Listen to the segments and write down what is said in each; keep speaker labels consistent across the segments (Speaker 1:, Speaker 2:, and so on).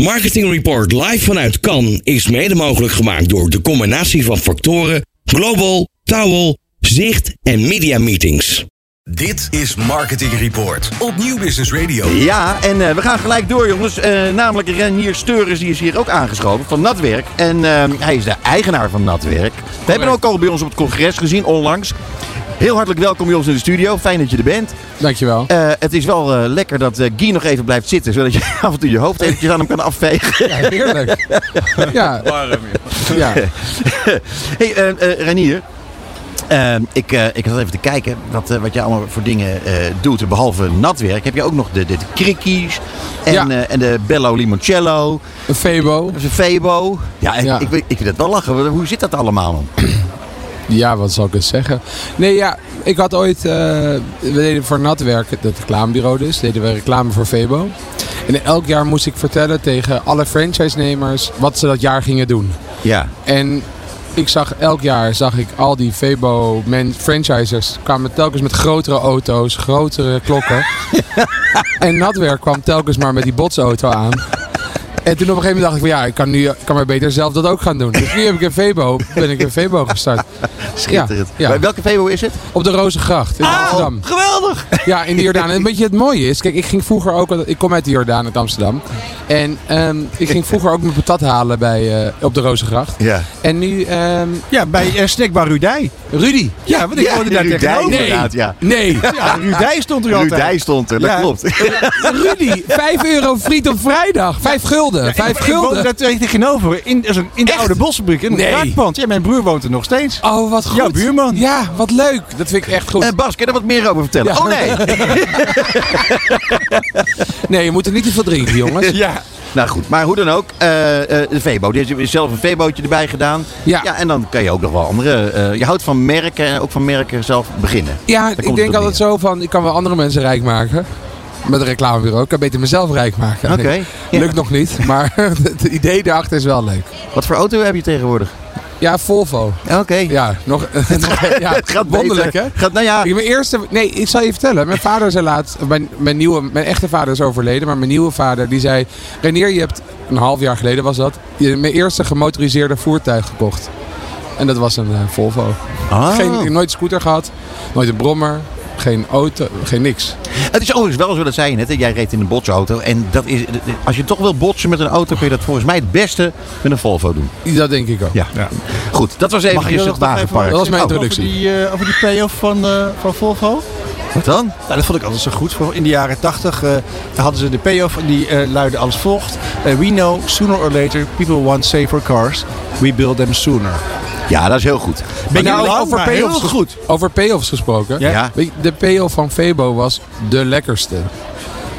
Speaker 1: Marketing Report live vanuit Cannes is mede mogelijk gemaakt door de combinatie van factoren Global, Towel, Zicht en Media Meetings.
Speaker 2: Dit is Marketing Report op Nieuw Business Radio.
Speaker 3: Ja, en eh, we gaan gelijk door, jongens. Eh, namelijk Renier Steurens, die is hier ook aangeschoven van Natwerk. En eh, hij is de eigenaar van Natwerk. We hebben hem ook al bij ons op het congres gezien, onlangs. Heel hartelijk welkom bij ons in de studio. Fijn dat je er bent.
Speaker 4: Dankjewel.
Speaker 3: Eh, het is wel eh, lekker dat eh, Guy nog even blijft zitten, zodat je af en toe je hoofd eventjes aan hem kan afvegen.
Speaker 4: Ja, heerlijk. ja. ja.
Speaker 3: hey, eh eh, Reinier. Eh, ik, eh, ik had even te kijken wat, eh, wat jij allemaal voor dingen eh, doet. Behalve natwerk heb je ook nog de, de, de krikkies en,
Speaker 4: Ja.
Speaker 3: eh, en de bello limoncello.
Speaker 4: Een Febo.
Speaker 3: Dat is een Febo. Ja, ik,
Speaker 4: Ja.
Speaker 3: Ik, ik, ik vind het wel lachen. want Hoe zit dat allemaal dan?
Speaker 4: Ja, wat zal ik eens zeggen? Nee, ja, ik had ooit... eh, we deden voor Natwerk, dat reclamebureau dus, deden we reclame voor Febo. En elk jaar moest ik vertellen tegen alle franchise-nemers wat ze dat jaar gingen doen.
Speaker 3: Ja.
Speaker 4: En ik zag elk jaar zag ik al die Febo men, franchisers kwamen telkens met grotere auto's, grotere klokken. en Natwerk kwam telkens maar met die botsauto aan. En toen op een gegeven moment dacht ik van ja, ik kan, nu, ik kan maar beter zelf dat ook gaan doen. Dus nu heb ik een Febo, ben ik een Febo gestart.
Speaker 3: Schitterend.
Speaker 4: Ja, ja.
Speaker 3: Maar Welke Febo is het?
Speaker 4: Op de Rozengracht in Amsterdam.
Speaker 3: geweldig!
Speaker 4: Ja, in de Jordaan. En weet je, het mooie is, kijk, ik ging vroeger ook, ik kom uit de Jordaan uit Amsterdam. En ehm, ik ging vroeger ook mijn patat halen bij, eh, op de Rozengracht.
Speaker 3: Ja.
Speaker 4: En nu ehm,
Speaker 5: Ja, bij eh, Snackbar Rudij.
Speaker 4: Rudy.
Speaker 5: Ja, want ik
Speaker 3: Ja,
Speaker 5: woonde daar
Speaker 3: Rudij,
Speaker 5: tegenover.
Speaker 3: nee.
Speaker 5: Ja,
Speaker 3: Inderdaad, ja.
Speaker 4: Nee.
Speaker 5: Rudij stond er altijd.
Speaker 3: Rudij stond er, dat
Speaker 5: Ja.
Speaker 3: klopt.
Speaker 4: Rudy, 5 euro friet op vrijdag. 5 gulden. 5
Speaker 5: Ik woonde
Speaker 4: gulden.
Speaker 5: daar tegenover, in, in de oude bossenbriek, in een
Speaker 4: Nee.
Speaker 5: kraakpand. Ja, mijn broer woont er nog steeds.
Speaker 4: Oh, wat goed.
Speaker 5: Ja, buurman.
Speaker 4: Ja, wat leuk. Dat vind ik echt goed.
Speaker 3: Eh, Bas, kun je daar wat meer over vertellen?
Speaker 4: Ja.
Speaker 3: Oh nee!
Speaker 4: Nee, je moet er niet te veel drinken, jongens.
Speaker 5: Ja.
Speaker 3: nou goed, maar hoe dan ook. eh, eh, de Febo. Er is zelf een Febootje erbij gedaan.
Speaker 4: Ja.
Speaker 3: En dan kan je ook nog wel andere... eh, je houdt van merken en ook van merken zelf beginnen.
Speaker 4: Ja,
Speaker 3: komt
Speaker 4: ik
Speaker 3: het op
Speaker 4: denk altijd zo van, ik kan wel andere mensen rijk maken. Met een reclamebureau. Ik kan beter mezelf rijk maken.
Speaker 3: Oké, ja.
Speaker 4: Lukt nog niet, maar het idee daarachter is wel leuk.
Speaker 3: Wat voor auto heb je tegenwoordig?
Speaker 4: Ja, Volvo.
Speaker 3: Oké.
Speaker 4: Ja, nog... ja,
Speaker 3: Het gaat
Speaker 4: wonderlijk,
Speaker 3: beter.
Speaker 4: hè?
Speaker 3: Gaat, nou ja,
Speaker 4: Ik, mijn eerste, nee, ik zal je vertellen. Mijn vader zei laatst, mijn, mijn, nieuwe, mijn echte vader is overleden, maar mijn nieuwe vader die zei: Renier, je hebt een half jaar geleden was dat, je, mijn eerste gemotoriseerde voertuig gekocht. En dat was een eh, Volvo.
Speaker 3: Ah.
Speaker 4: Geen, ik heb nooit scooter gehad, nooit een brommer, geen auto, geen niks.
Speaker 3: Het is overigens wel zo, dat zei je net, hè, jij reed in een botsauto. En dat is, als je toch wil botsen met een auto, kun je dat volgens mij het beste met een Volvo doen.
Speaker 4: Dat denk ik ook.
Speaker 3: Ja. Goed, dat was even dus het wagenpark.
Speaker 4: Dat was mijn
Speaker 3: Oh,
Speaker 4: introductie.
Speaker 5: Over die, eh, over die payoff van, eh, van Volvo.
Speaker 3: wat dan?
Speaker 5: Nou, dat vond ik altijd zo goed. Voor- In de jaren 80 eh, hadden ze de payoff en die eh, luidde als volgt. Eh, we know sooner or later people want safer cars. We build them sooner.
Speaker 3: Ja, dat is heel goed.
Speaker 5: Ben
Speaker 4: Nou, over
Speaker 5: over
Speaker 4: payoffs
Speaker 5: payoffs
Speaker 4: ges-
Speaker 5: goed.
Speaker 4: Over payoffs gesproken.
Speaker 5: Ja.
Speaker 3: Ja.
Speaker 4: Weet je, De payoff van Febo was de lekkerste.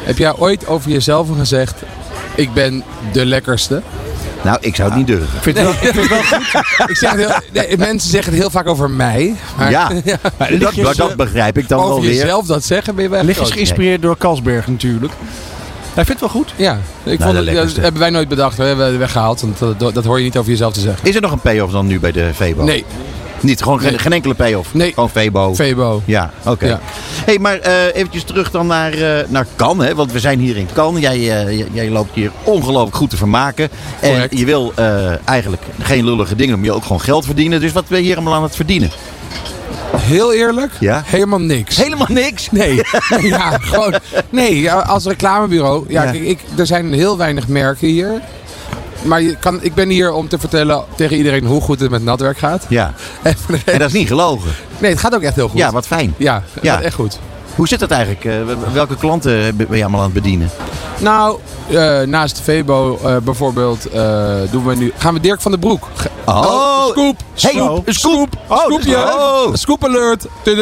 Speaker 4: Heb jij ooit over jezelf gezegd, ik ben de lekkerste?
Speaker 3: Nou, ik zou het niet durven.
Speaker 5: Ik vind het wel- ik vind het wel goed.
Speaker 4: Ik zeg het heel, nee, mensen zeggen het heel vaak over mij. Maar
Speaker 3: Ja, dat,
Speaker 5: lichtjes,
Speaker 3: maar dat
Speaker 5: eh,
Speaker 3: begrijp ik dan wel
Speaker 4: over
Speaker 3: weer.
Speaker 4: jezelf dat zeggen ben je wel echt
Speaker 5: Lichtjes
Speaker 4: groot.
Speaker 5: geïnspireerd door Kalsberg natuurlijk. Hij vindt het wel goed.
Speaker 4: Ja, ik
Speaker 3: de
Speaker 4: vond het, dat
Speaker 3: lekkerste.
Speaker 4: hebben wij nooit bedacht. We hebben het weggehaald, want eh, dat, dat hoor je niet over jezelf te zeggen.
Speaker 3: Is er nog een payoff dan nu bij de Febo?
Speaker 4: Nee,
Speaker 3: Niet, gewoon geen, geen enkele payoff.
Speaker 4: Nee.
Speaker 3: Gewoon Febo.
Speaker 4: Febo.
Speaker 3: Ja, oké.
Speaker 4: Ja.
Speaker 3: hey, maar eh, eventjes terug dan naar, eh, naar Cannes, hè? want we zijn hier in Cannes. Jij, eh, j- jij loopt hier ongelooflijk goed te vermaken. En
Speaker 4: Correct.
Speaker 3: je wil eh, eigenlijk geen lullige dingen, maar je wil ook gewoon geld verdienen. Dus wat ben je hier allemaal aan het verdienen?
Speaker 4: Heel eerlijk,
Speaker 3: Ja.
Speaker 4: helemaal niks.
Speaker 3: Helemaal niks.
Speaker 4: Nee, nee, ja, gewoon, nee, ja, als reclamebureau. Ja,
Speaker 3: Ja.
Speaker 4: kijk, ik, er zijn heel weinig merken hier. Maar je kan, ik ben hier om te vertellen tegen iedereen hoe goed het met natwerk gaat.
Speaker 3: Ja,
Speaker 4: En voor de
Speaker 3: en
Speaker 4: rest-
Speaker 3: dat is niet gelogen.
Speaker 4: nee, het gaat ook echt heel goed.
Speaker 3: Ja, wat fijn.
Speaker 4: ja, het
Speaker 3: Ja.
Speaker 4: gaat echt goed.
Speaker 3: Hoe zit dat eigenlijk? Eh, wel- welke klanten ben je allemaal aan het bedienen?
Speaker 4: Nou, eh, naast Febo eh, bijvoorbeeld eh, doen we nu, gaan we Dirk van den Broek. Ge-
Speaker 3: Oh,
Speaker 4: scoop.
Speaker 3: Hey, een scoop. Oh,
Speaker 4: Scoopje.
Speaker 3: Oh.
Speaker 4: Scoop alert. ja,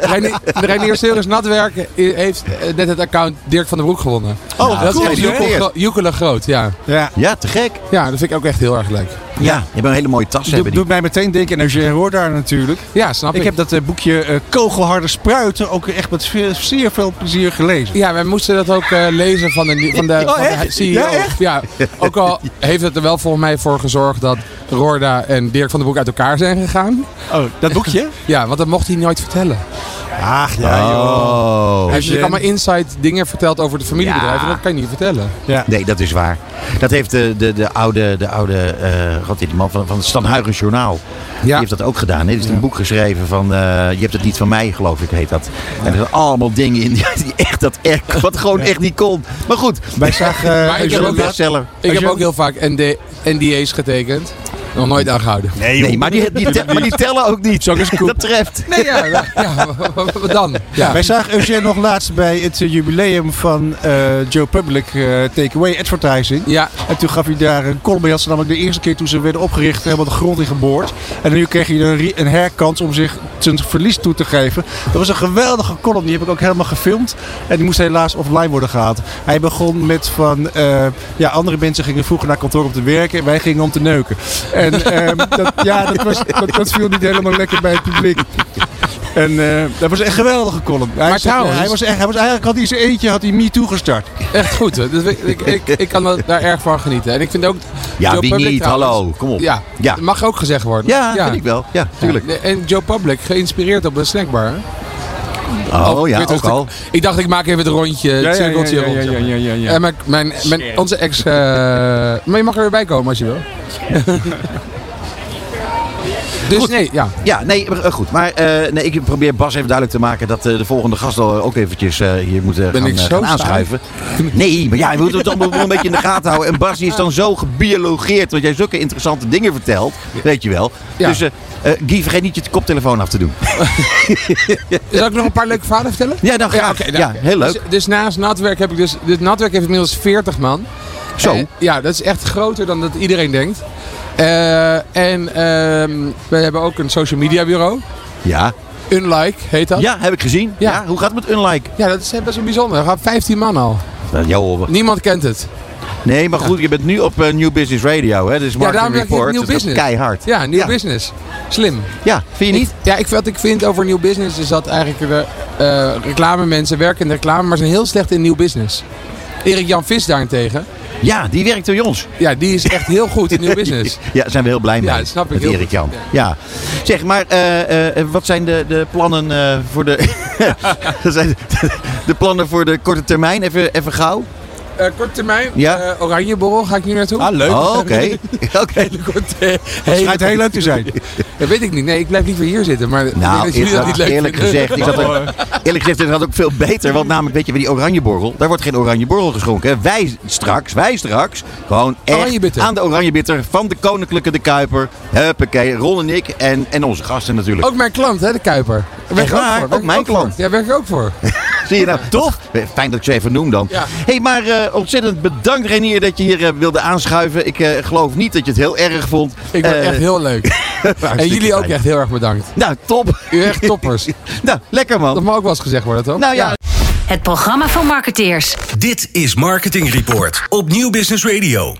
Speaker 4: Reinier- de Reinier Seurens Natwerk i- heeft eh, net het account Dirk van den Broek gewonnen.
Speaker 3: Oh, wat
Speaker 4: dat
Speaker 3: cool,
Speaker 4: is echt
Speaker 3: zeg.
Speaker 4: joekel gro- joekelig groot, ja.
Speaker 5: Ja.
Speaker 3: Ja, te gek.
Speaker 4: Ja, dat vind ik ook echt heel erg leuk.
Speaker 3: Ja, je hebt een hele mooie tas.
Speaker 5: Doe,
Speaker 3: hebben die.
Speaker 5: doet mij meteen denken aan Eugène Roordaar natuurlijk.
Speaker 4: Ja, snap ik.
Speaker 5: Ik heb dat eh, boekje eh, Kogelharde Spruiten ook echt met veel- zeer veel plezier gelezen.
Speaker 4: Ja, wij moesten dat ook eh, lezen van de, E van de,
Speaker 5: Oh,
Speaker 4: van de
Speaker 5: echt?
Speaker 4: CEO.
Speaker 5: Ja, echt?
Speaker 4: ook al heeft het er wel volgens mij voor gezorgd dat Roorda en Dirk van den Broek uit elkaar zijn gegaan.
Speaker 5: Oh, dat boekje?
Speaker 4: Ja, want dat mocht hij nooit vertellen.
Speaker 5: Ach ja, joh.
Speaker 4: Hij
Speaker 3: Oh.
Speaker 4: heeft natuurlijk allemaal inside dingen verteld over de familiebedrijven.
Speaker 3: Ja.
Speaker 4: Dat kan je niet vertellen.
Speaker 5: Ja.
Speaker 3: Nee, dat is waar. Dat heeft de, de, de oude, de oude eh, god, die man van, van het Stan Huygens Journaal. Die heeft dat ook gedaan. Hij heeft een boek geschreven van, eh, je hebt het niet van mij, geloof ik, heet dat. En er zijn allemaal dingen in die, die echt, dat echt, wat gewoon echt niet kon. Maar goed,
Speaker 5: Wij zagen... eh,
Speaker 4: Maar ik heb
Speaker 3: zo'n
Speaker 4: ook-
Speaker 3: bestseller.
Speaker 4: Ik heb
Speaker 5: je-
Speaker 4: ook heel vaak ND, NDA's getekend. Nog nooit aangehouden.
Speaker 3: Nee, maar die, die, te- maar die tellen ook niet.
Speaker 4: Zo is het
Speaker 3: Dat treft.
Speaker 4: Nee, ja, ja, ja, wat- wat dan? Ja.
Speaker 5: Wij zagen Eugène nog laatst bij het eh, jubileum van eh, Joe Public eh, Takeaway Advertising.
Speaker 4: Ja,
Speaker 5: En toen gaf hij daar een column bij. Had ze namelijk de eerste keer toen ze werden opgericht helemaal de grond in geboord. En nu kreeg hij een, re- een herkans om zich zijn verlies toe te geven. Dat was een geweldige column. Die heb ik ook helemaal gefilmd. En die moest helaas offline worden gehaald. Hij begon met van... eh, ja, andere mensen gingen vroeger naar kantoor om te werken. En wij gingen om te neuken. En ehm, dat, ja, dat, was, dat, dat viel niet helemaal lekker bij het publiek. En eh, dat was echt een geweldige column. Hij,
Speaker 4: Maar
Speaker 5: zei-
Speaker 4: trouwens-
Speaker 5: hij was echt, hij was eigenlijk had hij zijn eentje had hij me toegestart.
Speaker 4: echt goed. Hè. Dus ik, ik, ik, ik kan er- daar erg van genieten. En ik vind ook...
Speaker 3: Ja,
Speaker 4: Joe
Speaker 3: wie
Speaker 4: Public
Speaker 3: niet?
Speaker 4: trouwens-
Speaker 3: Hallo, kom op.
Speaker 4: Ja,
Speaker 3: Ja.
Speaker 4: dat mag ook gezegd worden.
Speaker 3: Ja, vind ik wel. Ja, tuurlijk.
Speaker 4: Ja, En Joe Public, geïnspireerd op een snackbar. hè?
Speaker 3: Oh ja,
Speaker 4: Twitter
Speaker 3: ook
Speaker 4: is de-
Speaker 3: al.
Speaker 4: Ik dacht, ik maak even het rondje, het cirkeltje rond. zeg maar.
Speaker 5: ja, ja.
Speaker 4: En mijn, mijn, mijn, onze ex... eh, maar je mag er weer bij komen als je wil. dus nee, ja.
Speaker 3: Ja, nee, maar, eh, goed. Maar eh, nee, ik probeer Bas even duidelijk te maken dat eh, de volgende gast al ook eventjes eh, hier moet eh, gaan,
Speaker 4: ik
Speaker 3: eh,
Speaker 4: zo
Speaker 3: gaan aanschuiven. Nee, maar ja, we moeten het allemaal wel een beetje in de gaten houden. En Bas die is dan zo gebiologeerd, want jij zulke interessante dingen vertelt. Weet je wel.
Speaker 4: Ja.
Speaker 3: Dus eh eh, Guy, vergeet niet je koptelefoon af te doen.
Speaker 4: Zal ik nog een paar leuke verhalen vertellen?
Speaker 3: Ja, dan graag. Ja,
Speaker 4: oké, nou,
Speaker 3: heel leuk.
Speaker 4: Dus, dus naast Natwerk heb ik dus... Dit Natwerk heeft inmiddels 40 man.
Speaker 3: Zo.
Speaker 4: Eh, ja, dat is echt groter dan dat iedereen denkt. Eh, en ehm, we hebben ook een social media bureau.
Speaker 3: ja.
Speaker 4: Unlike heet dat.
Speaker 3: ja, heb ik gezien. Ja.
Speaker 4: Ja.
Speaker 3: hoe gaat het met Unlike?
Speaker 4: Ja, dat is best wel bijzonder. Er gaan 15 man al.
Speaker 3: Nou, ja, hoor.
Speaker 4: Niemand kent het.
Speaker 3: Nee, maar goed, je bent nu op eh, New Business Radio. Hè? Dit is Marketing
Speaker 4: daarom ben ik
Speaker 3: Report. dus
Speaker 4: New
Speaker 3: dat is
Speaker 4: Business.
Speaker 3: Keihard.
Speaker 4: Ja, nieuw
Speaker 3: Ja.
Speaker 4: business. Slim.
Speaker 3: Ja, vind je niet?
Speaker 4: Ja, ik, wat ik vind over nieuw business is dat eigenlijk de eh reclamemensen werken in de reclame, maar zijn heel slecht in nieuw business. Erik Jan Vis daarentegen,
Speaker 3: Ja, die werkt bij ons.
Speaker 4: ja, die is echt heel goed in nieuw business.
Speaker 3: Ja, daar zijn we heel blij mee.
Speaker 4: Ja, dat snap ik
Speaker 3: Met
Speaker 4: heel
Speaker 3: Erik
Speaker 4: goed.
Speaker 3: Jan. Ja. Zeg, maar eh, eh, wat zijn de, de plannen eh, voor de... dat zijn de, de plannen voor de korte termijn? Even, even gauw.
Speaker 4: Eh korte termijn,
Speaker 3: Ja.
Speaker 4: eh, Oranjeborrel ga ik nu naartoe.
Speaker 5: Ah, leuk.
Speaker 3: Oh, Oké. Oké.
Speaker 4: Korte-
Speaker 5: Schijnt heel leuk te zijn.
Speaker 4: Dat weet ik niet. Nee, ik blijf liever hier zitten. Maar ik denk
Speaker 3: Nou,
Speaker 4: dat jullie dat niet
Speaker 3: eerlijk,
Speaker 4: leuk
Speaker 3: eerlijk
Speaker 4: vinden. Oh,
Speaker 3: gezegd, ik zat er, eerlijk gezegd, dat had ook veel beter. Want namelijk, weet je, bij die oranje borrel, daar wordt geen oranje borrel geschonken. hè. Wij straks, wij straks, gewoon echt
Speaker 4: Oranjebitter.
Speaker 3: aan de oranje bitter van de Koninklijke de Kuiper. Huppakee, Ron en ik en, en onze gasten natuurlijk.
Speaker 4: Ook mijn klant, hè, de Kuiper. Daar werk
Speaker 3: Echt
Speaker 4: ik ook
Speaker 3: waar?
Speaker 4: voor.
Speaker 3: Ook
Speaker 4: Werk ik
Speaker 3: mijn
Speaker 4: voor.
Speaker 3: klant.
Speaker 4: Ja, werk ik ook voor.
Speaker 3: Zie je nou? Toch? Fijn dat ik ze even noem dan.
Speaker 4: Ja.
Speaker 3: hey, maar eh, ontzettend bedankt Renier dat je hier eh, wilde aanschuiven. Ik eh, geloof niet dat je het heel erg vond.
Speaker 4: Ik ben
Speaker 3: Eh, Nou,
Speaker 4: echt heel leuk. En
Speaker 3: hartstikke
Speaker 4: jullie ook
Speaker 3: fijn.
Speaker 4: echt heel erg bedankt.
Speaker 3: Nou, top.
Speaker 4: U echt toppers.
Speaker 3: nou, lekker
Speaker 4: Dat
Speaker 3: man.
Speaker 4: mag ook wel eens gezegd worden, toch?
Speaker 3: Nou ja,
Speaker 6: Het programma van marketeers.
Speaker 2: Dit is Marketing Report op Nieuw Business Radio.